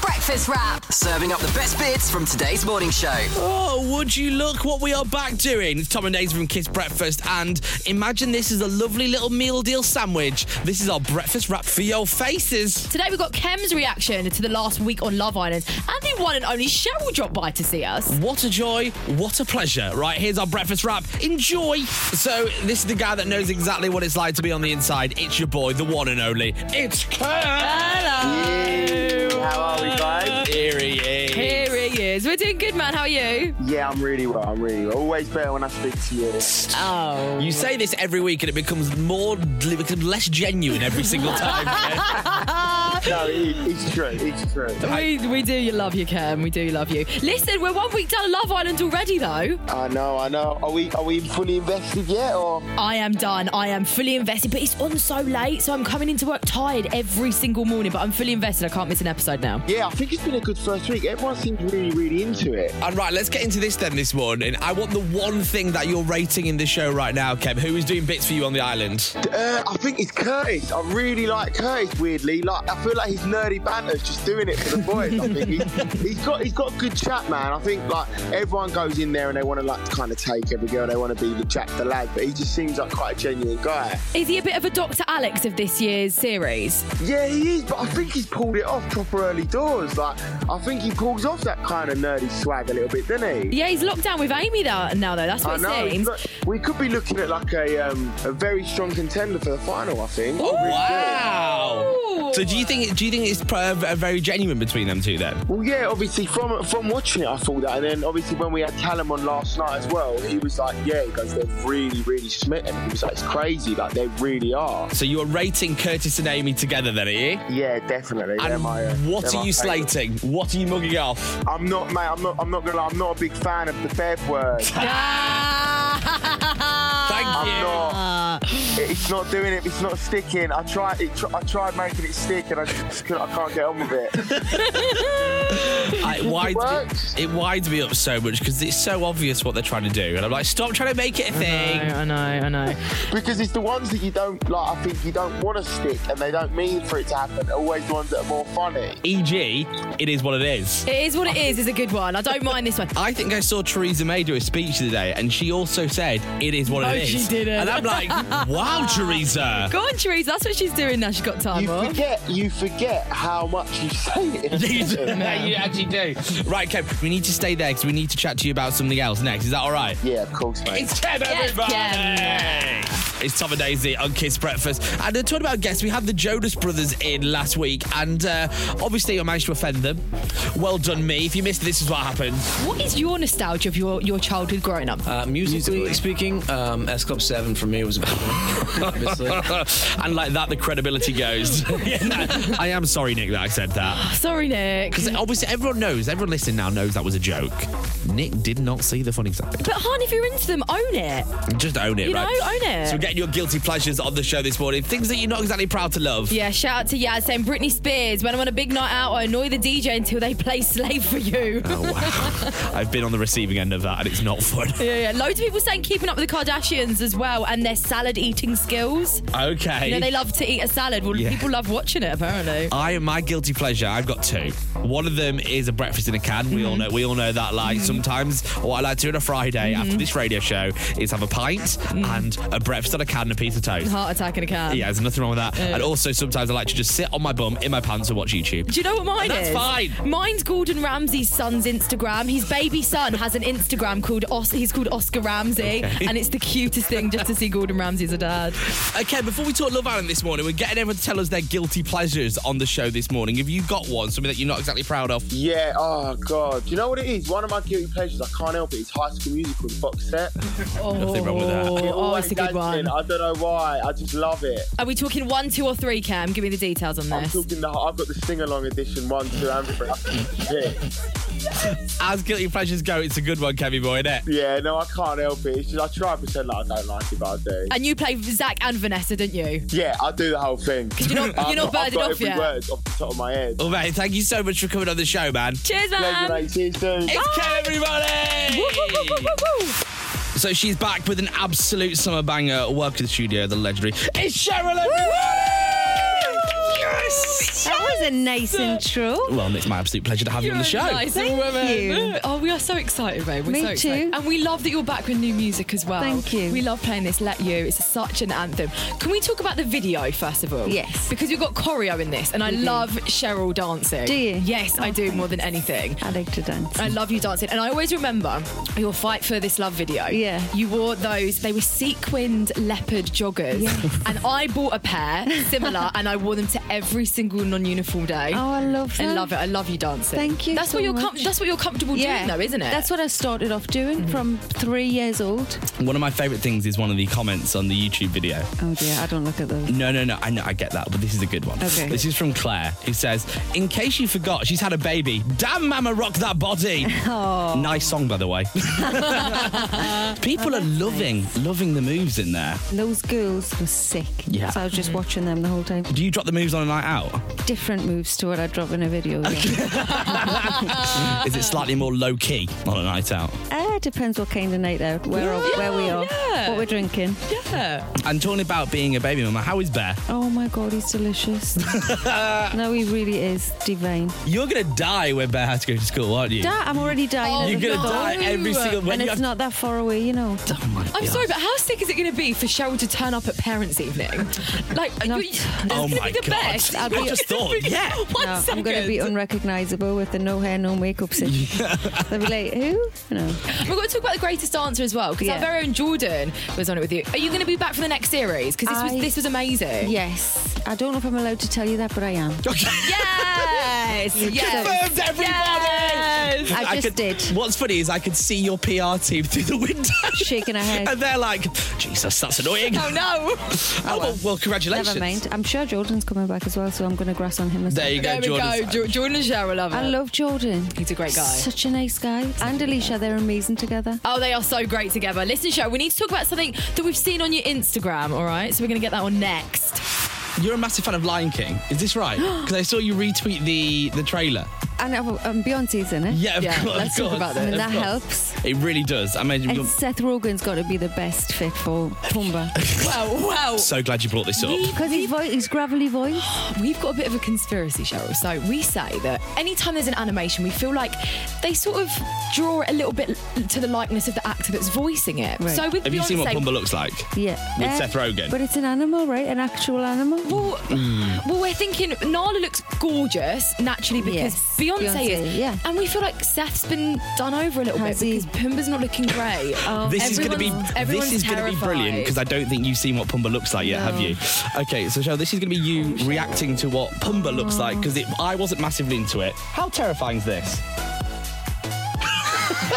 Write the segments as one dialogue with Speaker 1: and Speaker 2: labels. Speaker 1: Breakfast Wrap.
Speaker 2: Serving up the best bits from today's morning show.
Speaker 3: Oh, would you look what we are back doing? It's Tom and Daisy from Kiss Breakfast, and imagine this is a lovely little meal deal sandwich. This is our breakfast wrap for your faces.
Speaker 1: Today we've got Kem's reaction to the last week on Love Island, and the one and only Cheryl dropped by to see us.
Speaker 3: What a joy, what a pleasure. Right, here's our breakfast wrap. Enjoy. So, this is the guy that knows exactly what it's like to be on the inside. It's your boy, the one and only. It's Kurt.
Speaker 1: Hello.
Speaker 4: How are we, guys?
Speaker 3: Here he is.
Speaker 1: Here he is. We're doing good, man. How are you?
Speaker 4: Yeah, I'm really well. I'm really well. Always better when I speak to you.
Speaker 1: Oh.
Speaker 3: You say this every week and it becomes more, it becomes less genuine every single time.
Speaker 4: No, it, it's true. It's true.
Speaker 1: We, we do you love you, Kem. We do love you. Listen, we're one week down Love Island already, though.
Speaker 4: I know. I know. Are we? Are we fully invested yet? Or
Speaker 1: I am done. I am fully invested, but it's on so late, so I'm coming into work tired every single morning, but I'm fully invested. I can't miss an episode now.
Speaker 4: yeah, I think it's been a good first week. Everyone seems really, really into it.
Speaker 3: And right, let's get into this then this morning. I want the one thing that you're rating in the show right now, Kev. Who is doing bits for you on the island?
Speaker 4: Uh, I think it's Curtis. I really like Curtis. Weirdly, like I feel like his nerdy banter's just doing it for the boys. I think he's, he's got he's got good chat, man. I think like everyone goes in there and they want to like kind of take every girl. They want to be the jack the lad, but he just seems like quite a genuine guy.
Speaker 1: Is he a bit of a Dr. Alex of this year's series?
Speaker 4: Yeah, he is, but I think he's pulled it off proper early doors. Like, I think he pulls off that kind of nerdy swag a little bit, doesn't he?
Speaker 1: Yeah, he's locked down with Amy though, now, though. That's
Speaker 4: I
Speaker 1: what
Speaker 4: know.
Speaker 1: it seems.
Speaker 4: Look, we could be looking at like a um, a very strong contender for the final. I think.
Speaker 3: Oh,
Speaker 4: I really do.
Speaker 3: Wow! So do you think do you think it's pr- uh, very genuine between them two then?
Speaker 4: Well, yeah, obviously from from watching it, I thought that, and then obviously when we had Callum on last night as well, he was like, "Yeah, he goes, they're really, really smitten." He was like, "It's crazy, like they really are."
Speaker 3: So you're rating Curtis and Amy together then, are you?
Speaker 4: Yeah, definitely. They're
Speaker 3: And
Speaker 4: my, uh,
Speaker 3: what
Speaker 4: they're
Speaker 3: are
Speaker 4: my
Speaker 3: you
Speaker 4: favourite.
Speaker 3: slating? What are you mugging off?
Speaker 4: I'm not, mate. I'm not. I'm not gonna. Lie, I'm not a big fan of the Bev word.
Speaker 3: Thank
Speaker 4: I'm
Speaker 3: you.
Speaker 1: Uh,
Speaker 4: not. It's not doing it. It's not sticking. I tried. It, tr- I tried making it stick, and I just couldn't, I can't get on with it.
Speaker 3: I, it, wides,
Speaker 4: works.
Speaker 3: it, it winds me up so much because it's so obvious what they're trying to do, and I'm like, stop trying to make it a thing.
Speaker 1: I know, I know.
Speaker 4: Because it's the ones that you don't like. I think you don't want to stick, and they don't mean for it to happen. Always the ones that are more funny.
Speaker 3: E.g., E it is what it is.
Speaker 1: it is what it is, is a good one. I don't mind this one.
Speaker 3: I think I saw Theresa May do a speech today, and she also said, "It is what
Speaker 1: No,
Speaker 3: Oh, it is."
Speaker 1: she didn't.
Speaker 3: And I'm like, "Wow, Theresa."
Speaker 1: Go on, Therese, that's what she's doing now. She's got time
Speaker 4: You
Speaker 1: off.
Speaker 4: forget. You forget how much you say
Speaker 3: You do-
Speaker 4: it.
Speaker 3: you actually do. Right, Kev, we need to stay there because we need to chat to you about something else next. Is that all right?
Speaker 4: yeah, of course, mate.
Speaker 3: It's Kev,
Speaker 1: Yes,
Speaker 3: everybody.
Speaker 1: Kev.
Speaker 3: It's Tom and Daisy on Kiss Breakfast. And uh, talking about guests, we had the Jonas Brothers in last week, and uh, obviously I managed to offend them. Well done, me. If you missed, it, this is what happened.
Speaker 1: What is your nostalgia of your, your childhood growing up?
Speaker 5: Uh, musically, speaking, um, S Club 7 for me was a big one, obviously.
Speaker 3: and like that, the credibility goes. I am sorry, Nick, that I said that.
Speaker 1: Sorry, Nick.
Speaker 3: Because obviously everyone knows, everyone listening now knows that was a joke. Nick did not see the funny side.
Speaker 1: But, hon, if you're into them, own it.
Speaker 3: Just own it,
Speaker 1: You
Speaker 3: right?
Speaker 1: know, own it.
Speaker 3: So we're getting your guilty pleasures on the show this morning. Things that you're not exactly proud to love.
Speaker 1: Yeah, shout out to Yaz saying Britney Spears. When I'm on a big night out, I annoy the DJ until they play Slave for You.
Speaker 3: Oh, wow. I've been on the receiving end of that and it's not fun.
Speaker 1: Yeah, yeah. Loads of people saying keeping up with the Kardashians as well and their salad eating skills.
Speaker 3: Okay.
Speaker 1: You know, they love to eat a salad. Well,
Speaker 3: Yeah. Uh,
Speaker 1: people love watching it, apparently.
Speaker 3: I my guilty pleasure. I've got two. One of them is a breakfast in a can. We
Speaker 1: Mm-hmm.
Speaker 3: all know. We all know that. Like sometimes, what I like to do on a Friday
Speaker 1: Mm-hmm.
Speaker 3: after this radio show is have a pint
Speaker 1: Mm.
Speaker 3: and a breakfast on a can and a piece of toast.
Speaker 1: Heart attack in a can.
Speaker 3: Yeah, there's nothing wrong with that. And also, sometimes I like to just sit on my bum in my pants and watch YouTube.
Speaker 1: Do you know what mine
Speaker 3: That's
Speaker 1: is?
Speaker 3: fine.
Speaker 1: Mine's Gordon Ramsay's son's Instagram. His baby son has an Instagram called Os- he's called Oscar Ramsay, and it's the cutest thing just to see Gordon Ramsay as a dad.
Speaker 3: Okay, before we talk Love Island this morning, we're getting everyone to tell us their guilty pleasures on the show this morning. Have you got one, something that you're not exactly proud of?
Speaker 4: Yeah, oh god. Do you know what it is? One of my guilty pleasures, I can't help it, is high school musical and box set.
Speaker 1: Oh,
Speaker 3: Nothing wrong with that.
Speaker 1: Oh,
Speaker 4: It always
Speaker 1: it's a good
Speaker 4: has been.
Speaker 1: one.
Speaker 4: I don't know why. I just love it.
Speaker 1: Are we talking one, two, or three, Cam? Give me the details on
Speaker 4: I'm
Speaker 1: this.
Speaker 4: talking the I've got the sing along edition one, two, and three. I think it's it.
Speaker 3: As guilty pleasures go, it's a good one, Kevin boy, is
Speaker 4: Yeah, no, I can't help it. It's just I try and pretend like I don't like it, but I do.
Speaker 1: And you play Zach and Vanessa, didn't you?
Speaker 4: Yeah, I do the whole thing.
Speaker 1: you're not- you're not
Speaker 4: I've
Speaker 1: birded
Speaker 4: got
Speaker 1: off
Speaker 4: every
Speaker 1: yet.
Speaker 4: word off the top of my head.
Speaker 3: Oh, mate, thank you so much for coming on the show, man.
Speaker 1: Cheers, man.
Speaker 4: Pleasure, mate. See you soon.
Speaker 3: It's Kev, everybody!
Speaker 1: Woo, woo, woo, woo, woo, woo.
Speaker 3: So she's back with an absolute summer banger. Welcome to the studio, the legendary. It's Cheryl. everybody! Yes!
Speaker 1: That was
Speaker 6: a nice intro.
Speaker 3: Well, and it's my absolute pleasure to have you on the show.
Speaker 1: Nice
Speaker 6: Thank
Speaker 1: woman.
Speaker 6: you.
Speaker 1: Oh, we are so excited, babe. We're
Speaker 6: Me
Speaker 1: so excited.
Speaker 6: too.
Speaker 1: And we love that you're back with new music as well.
Speaker 6: Thank you.
Speaker 1: We love playing this Let You. It's such an anthem. Can we talk about the video first of all?
Speaker 6: Yes.
Speaker 1: Because we've got choreo in this and I love Cheryl dancing.
Speaker 6: Do you?
Speaker 1: Yes, I do more than anything.
Speaker 6: I like to dance.
Speaker 1: I love you dancing. And I always remember your fight for this love video.
Speaker 6: Yeah.
Speaker 1: You wore those, they were sequined leopard joggers. And I bought a pair similar and I wore them to every single non uniform day.
Speaker 6: Oh, I love
Speaker 1: I
Speaker 6: that.
Speaker 1: love it. I love you dancing.
Speaker 6: Thank you
Speaker 1: That's
Speaker 6: so
Speaker 1: what you're com-
Speaker 6: much.
Speaker 1: that's what you're comfortable doing though, isn't it?
Speaker 6: That's what I started off doing from three years old.
Speaker 3: One of my favourite things is one of the comments on the YouTube video.
Speaker 6: Oh dear, I don't look at those.
Speaker 3: No, no, no. I know, I get that, but this is a good one.
Speaker 6: Okay.
Speaker 3: This is from Claire, who says, "In case you forgot, she's had a baby. Damn, Mama, rock that body."
Speaker 1: Oh.
Speaker 3: Nice song, by the way. People are loving, loving the moves in there.
Speaker 6: Those girls were sick.
Speaker 3: Yeah.
Speaker 6: So I was just watching them the whole time.
Speaker 3: Do you drop the moves on a night out?
Speaker 6: Different moves to what I drop in a video. yeah.
Speaker 3: Is it slightly more low key on a night out?
Speaker 6: Ah, depends what kind of night out, where are, where we are,
Speaker 1: yeah.
Speaker 6: what we're drinking.
Speaker 3: And talking about being a baby mama, how is Bear?
Speaker 6: Oh my god, he's delicious. no, he really is divine.
Speaker 3: You're gonna die when Bear has to go to school, aren't you?
Speaker 6: Dad, I'm already dying.
Speaker 3: You're
Speaker 6: of
Speaker 3: gonna
Speaker 6: the thought.
Speaker 3: die every single when
Speaker 6: And
Speaker 3: you
Speaker 6: it's not that far away, you know.
Speaker 3: have- Oh my
Speaker 1: I'm
Speaker 3: God.
Speaker 1: sorry, but how sick is it going to be for Cheryl to turn up at parents' evening? Like,
Speaker 6: No.
Speaker 1: you, it's
Speaker 3: Oh
Speaker 1: going to
Speaker 3: my
Speaker 1: be the
Speaker 3: God.
Speaker 1: best.
Speaker 3: I just thought, yeah.
Speaker 1: One
Speaker 6: No, I'm going to be
Speaker 1: second.
Speaker 6: unrecognisable with the no hair, no makeup situation. They'll be like, who? No.
Speaker 1: We've got to talk about the greatest dancer as well because our
Speaker 6: Yeah.
Speaker 1: very own Jordan was on it with you. Are you going to be back for the next series? Because this
Speaker 6: I-
Speaker 1: was this was amazing.
Speaker 6: Yes. I don't know if I'm allowed to tell you that, but I am.
Speaker 1: Yes. yes.
Speaker 3: Confirmed, everybody!
Speaker 1: Yes.
Speaker 6: I just
Speaker 3: could-
Speaker 6: did.
Speaker 3: What's funny is I could see your PR team through the window.
Speaker 6: Shaking her head.
Speaker 3: And they're like, Jesus, that's annoying.
Speaker 1: Oh
Speaker 3: oh,
Speaker 1: no.
Speaker 3: well, well, congratulations.
Speaker 6: Never mind. I'm sure Jordan's coming back as well, so I'm going to grass on him as
Speaker 3: There
Speaker 6: well.
Speaker 3: you go,
Speaker 1: There we go.
Speaker 3: Jordan.
Speaker 1: Jo- Jordan and Cheryl love it.
Speaker 6: I love Jordan.
Speaker 1: He's a great guy.
Speaker 6: Such a nice guy. And Alicia, they're amazing together.
Speaker 1: Oh, they are so great together. Listen, Cheryl, we need to talk about something that we've seen on your Instagram, all right? So we're going to get that one next.
Speaker 3: You're a massive fan of Lion King. Is this right? Because I saw you retweet the, the trailer.
Speaker 6: And um, Beyonce's in it.
Speaker 3: Yeah, of
Speaker 1: Yeah,
Speaker 3: course.
Speaker 1: let's
Speaker 3: of
Speaker 1: talk
Speaker 3: course,
Speaker 1: about this.
Speaker 6: I mean,
Speaker 3: of
Speaker 6: that
Speaker 3: course.
Speaker 6: helps.
Speaker 3: It really does. I mean,
Speaker 6: And
Speaker 3: you're
Speaker 6: Seth Rogen's got to be the best fit for Pumbaa.
Speaker 1: Well, well.
Speaker 3: so glad you brought this up.
Speaker 6: Because his voice, his gravelly voice.
Speaker 1: We've got a bit of a conspiracy, Cheryl. So we say that anytime there's an animation, we feel like they sort of draw it a little bit to the likeness of the actor that's voicing it.
Speaker 6: Right.
Speaker 1: So with
Speaker 3: Have you seen what
Speaker 1: Beyonce-
Speaker 3: Pumba looks like?
Speaker 6: Yeah.
Speaker 3: With Seth Rogen.
Speaker 6: But it's an animal, right? An actual animal.
Speaker 1: Well,
Speaker 3: Mm.
Speaker 1: well, we're thinking Nala looks gorgeous naturally because
Speaker 6: Yes,
Speaker 1: Beyonce,
Speaker 6: Beyonce,
Speaker 1: is,
Speaker 6: yeah.
Speaker 1: and we feel like Seth's been done over a little
Speaker 6: Has
Speaker 1: bit
Speaker 6: he?
Speaker 1: because Pumba's not looking great.
Speaker 3: This is going to be
Speaker 1: Everyone's-
Speaker 3: this
Speaker 1: everyone's
Speaker 3: is going to be brilliant
Speaker 1: terrified.
Speaker 3: because I don't think you've seen what Pumba looks like yet, have you? Okay, so Cheryl, this is going to be
Speaker 6: Oh,
Speaker 3: you reacting to what Pumba looks like because I wasn't massively into it. How terrifying is this?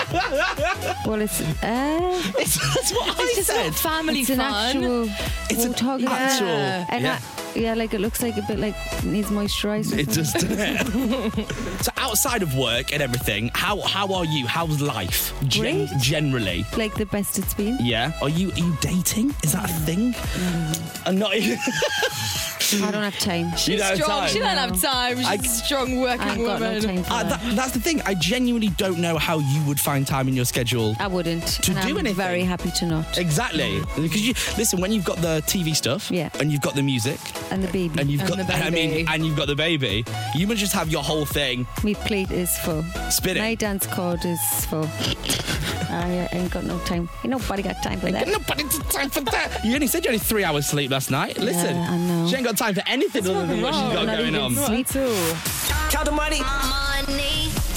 Speaker 6: Well, it's uh,
Speaker 3: It's, that's what I
Speaker 1: It's just
Speaker 3: said.
Speaker 1: not family
Speaker 6: it's an
Speaker 1: fun.
Speaker 6: actual.
Speaker 3: It's an
Speaker 6: warthog.
Speaker 3: actual-
Speaker 6: Yeah. And
Speaker 3: yeah.
Speaker 6: I- yeah, like it looks like a bit like needs moisturising.
Speaker 3: It just so outside of work and everything. How how are you? How's life Gen-
Speaker 6: Great.
Speaker 3: generally?
Speaker 6: like the best it's been.
Speaker 3: Yeah. Are you are you dating? Is that a thing? I'm not. uh, you
Speaker 6: I don't have time.
Speaker 3: don't have
Speaker 1: strong.
Speaker 3: time.
Speaker 1: She don't have time. She's
Speaker 3: I-
Speaker 1: a strong working
Speaker 6: I've got
Speaker 1: woman.
Speaker 6: no time for
Speaker 3: Uh,
Speaker 6: that.
Speaker 3: that, that's the thing. I genuinely don't know how you would find time in your schedule.
Speaker 6: I wouldn't.
Speaker 3: To
Speaker 6: and
Speaker 3: do
Speaker 6: I'm
Speaker 3: anything.
Speaker 6: Very happy to not.
Speaker 3: Exactly. Because you listen when you've got the TV stuff,
Speaker 6: Yeah.
Speaker 3: and you've got the music,
Speaker 6: And the baby.
Speaker 3: and you've
Speaker 1: And
Speaker 3: got
Speaker 1: the
Speaker 3: I
Speaker 1: baby.
Speaker 3: mean, and you've got the baby. You must just have your whole thing
Speaker 6: My plate is full.
Speaker 3: spinning.
Speaker 6: My dance card is full. I uh, ain't got no time. Ain't nobody got time for that.
Speaker 3: No, but it's time for that. You only said you only three hours sleep last night. Listen,
Speaker 6: I know.
Speaker 3: she ain't got time for anything other than what she's got
Speaker 6: Not
Speaker 3: going
Speaker 6: even
Speaker 3: on.
Speaker 6: sweet.
Speaker 2: Count the money.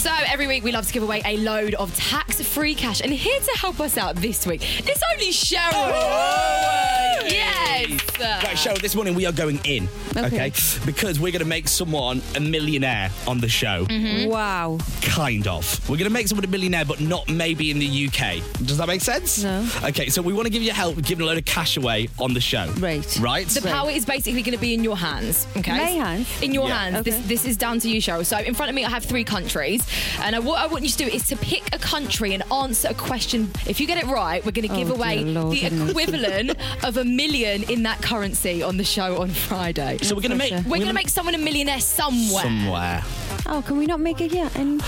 Speaker 1: So every week we love to give away a load of tax-free cash, and here to help us out this week, it's only Cheryl.
Speaker 2: Oh,
Speaker 1: Yes.
Speaker 3: Right, show this morning we are going in, okay?
Speaker 6: Okay.
Speaker 3: Because we're going to make someone a millionaire on the show.
Speaker 6: Mm-hmm. Wow.
Speaker 3: Kind of. We're going to make someone a millionaire, but not maybe in the UK. Does that make sense?
Speaker 6: No.
Speaker 3: Okay, so we want to give you help giving a load of cash away on the show.
Speaker 6: Right.
Speaker 3: Right?
Speaker 1: The power is basically going to be in your hands. Okay.
Speaker 6: My hands?
Speaker 1: In your
Speaker 3: Yeah.
Speaker 1: hands. This
Speaker 6: Okay.
Speaker 1: this is down to you, Cheryl. So in front of me, I have three countries, and I, what I want you to do is to pick a country and answer a question. If you get it right, we're going to give
Speaker 6: Oh, dear
Speaker 1: away
Speaker 6: Lord,
Speaker 1: the
Speaker 6: goodness.
Speaker 1: equivalent of a million in that currency on the show on Friday.
Speaker 3: so we're going to make.
Speaker 1: we're going to make someone a millionaire somewhere.
Speaker 3: Somewhere.
Speaker 6: Oh, can we not make it yet? And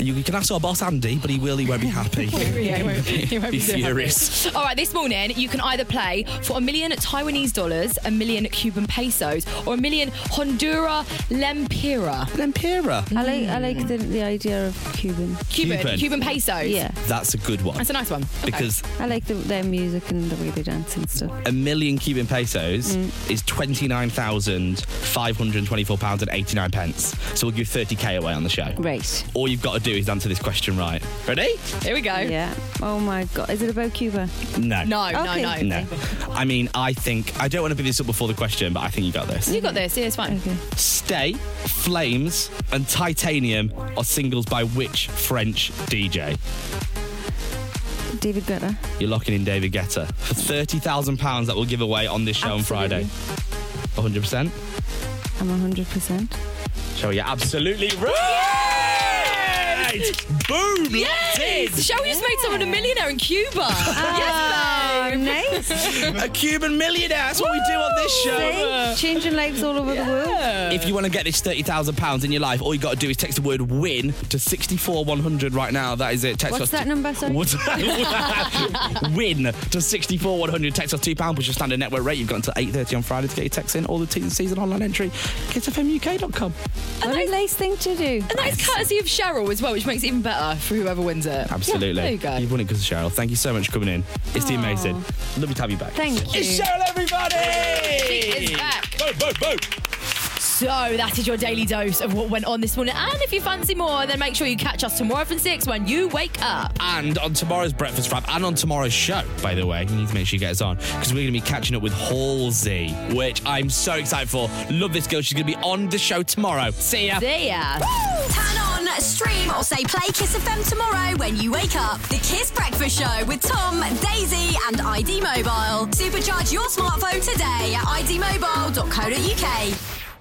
Speaker 3: You can ask our boss Andy, but he will. He won't be happy.
Speaker 1: Yeah, he won't- he won't
Speaker 3: be
Speaker 1: so happy.
Speaker 3: furious.
Speaker 1: All right, this morning you can either play for a million Taiwanese dollars, a million Cuban pesos, or a million Hondura lempira.
Speaker 3: Lempira.
Speaker 6: I like I like the, the idea of Cuban.
Speaker 1: Cuban,
Speaker 3: Cuban.
Speaker 1: Cuban, pesos.
Speaker 6: Yeah,
Speaker 3: That's a good one
Speaker 1: That's a nice one. Okay.
Speaker 3: because
Speaker 6: I like the, their music and the way they dance and stuff.
Speaker 3: a million Cuban pesos
Speaker 1: Mm.
Speaker 3: is twenty nine thousand five hundred twenty four pounds and eighty nine pence. So we'll give thirty k away on the show.
Speaker 6: Right.
Speaker 3: All you've got to do is answer this question right. Ready?
Speaker 1: Here we go.
Speaker 6: Yeah. Oh my God. Is it about Cuba?
Speaker 3: No.
Speaker 1: No,
Speaker 6: Okay.
Speaker 1: no, no,
Speaker 3: No. I mean, I think I don't want to be this up before the question, but I think you got this.
Speaker 1: You got this. Yeah, it's fine.
Speaker 6: Okay.
Speaker 3: Stay, Flames, and Titanium are singles by which French DJ?
Speaker 6: David Guetta.
Speaker 3: You're locking in David Guetta for thirty thousand pounds that we'll give away on this show on Friday. One hundred percent.
Speaker 6: I'm 100. percent
Speaker 3: Show you absolutely right. Boom. locked in.
Speaker 1: Yes! Shall we just made someone a millionaire in Cuba? yes, babe.
Speaker 6: Nice.
Speaker 3: A Cuban millionaire. That's what we do on this show.
Speaker 6: See? Changing lives all over the world.
Speaker 3: If you want to get this thirty thousand pounds in your life, all you got to do is text the word "win" to sixty-four one hundred right now. That is it. Text
Speaker 6: What's
Speaker 3: us
Speaker 6: that number? Sorry.
Speaker 3: What's that? win to sixty-four one hundred. Text us two pound plus your standard network rate. You've got until eight thirty on Friday to get your text in. All the T's and C's and online entry. KidsFMUK.com.
Speaker 6: What a nice thing to do.
Speaker 1: And that is courtesy of Cheryl as well, which makes it even better for whoever wins it.
Speaker 3: Absolutely.
Speaker 1: Yeah, there you go.
Speaker 3: You've won it because of Cheryl. Thank you so much for coming in. It's the amazing. Lovely to have you back.
Speaker 6: Thank you.
Speaker 3: It's Cheryl, everybody.
Speaker 1: She is back.
Speaker 3: Boom, boom, boom.
Speaker 1: So that is your daily dose of what went on this morning. And if you fancy more, then make sure you catch us tomorrow from six when you wake up.
Speaker 3: And on tomorrow's breakfast wrap, and on tomorrow's show, by the way, you need to make sure you get us on because we're going to be catching up with Halsey, which I'm so excited for. Love this girl. She's going to be on the show tomorrow. See ya.
Speaker 1: See ya.
Speaker 7: Turn on, stream, or say play Kiss FM tomorrow when you wake up. The Kiss Breakfast Show with Tom, Daisy, and ID Mobile. Supercharge your smartphone today at idmobile.co.uk.